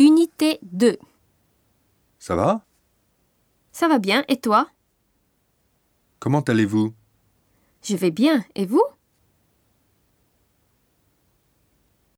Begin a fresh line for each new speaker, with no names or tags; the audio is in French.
Unité 2.
Ça va
Ça va bien et toi
Comment allez-vous
Je vais bien et vous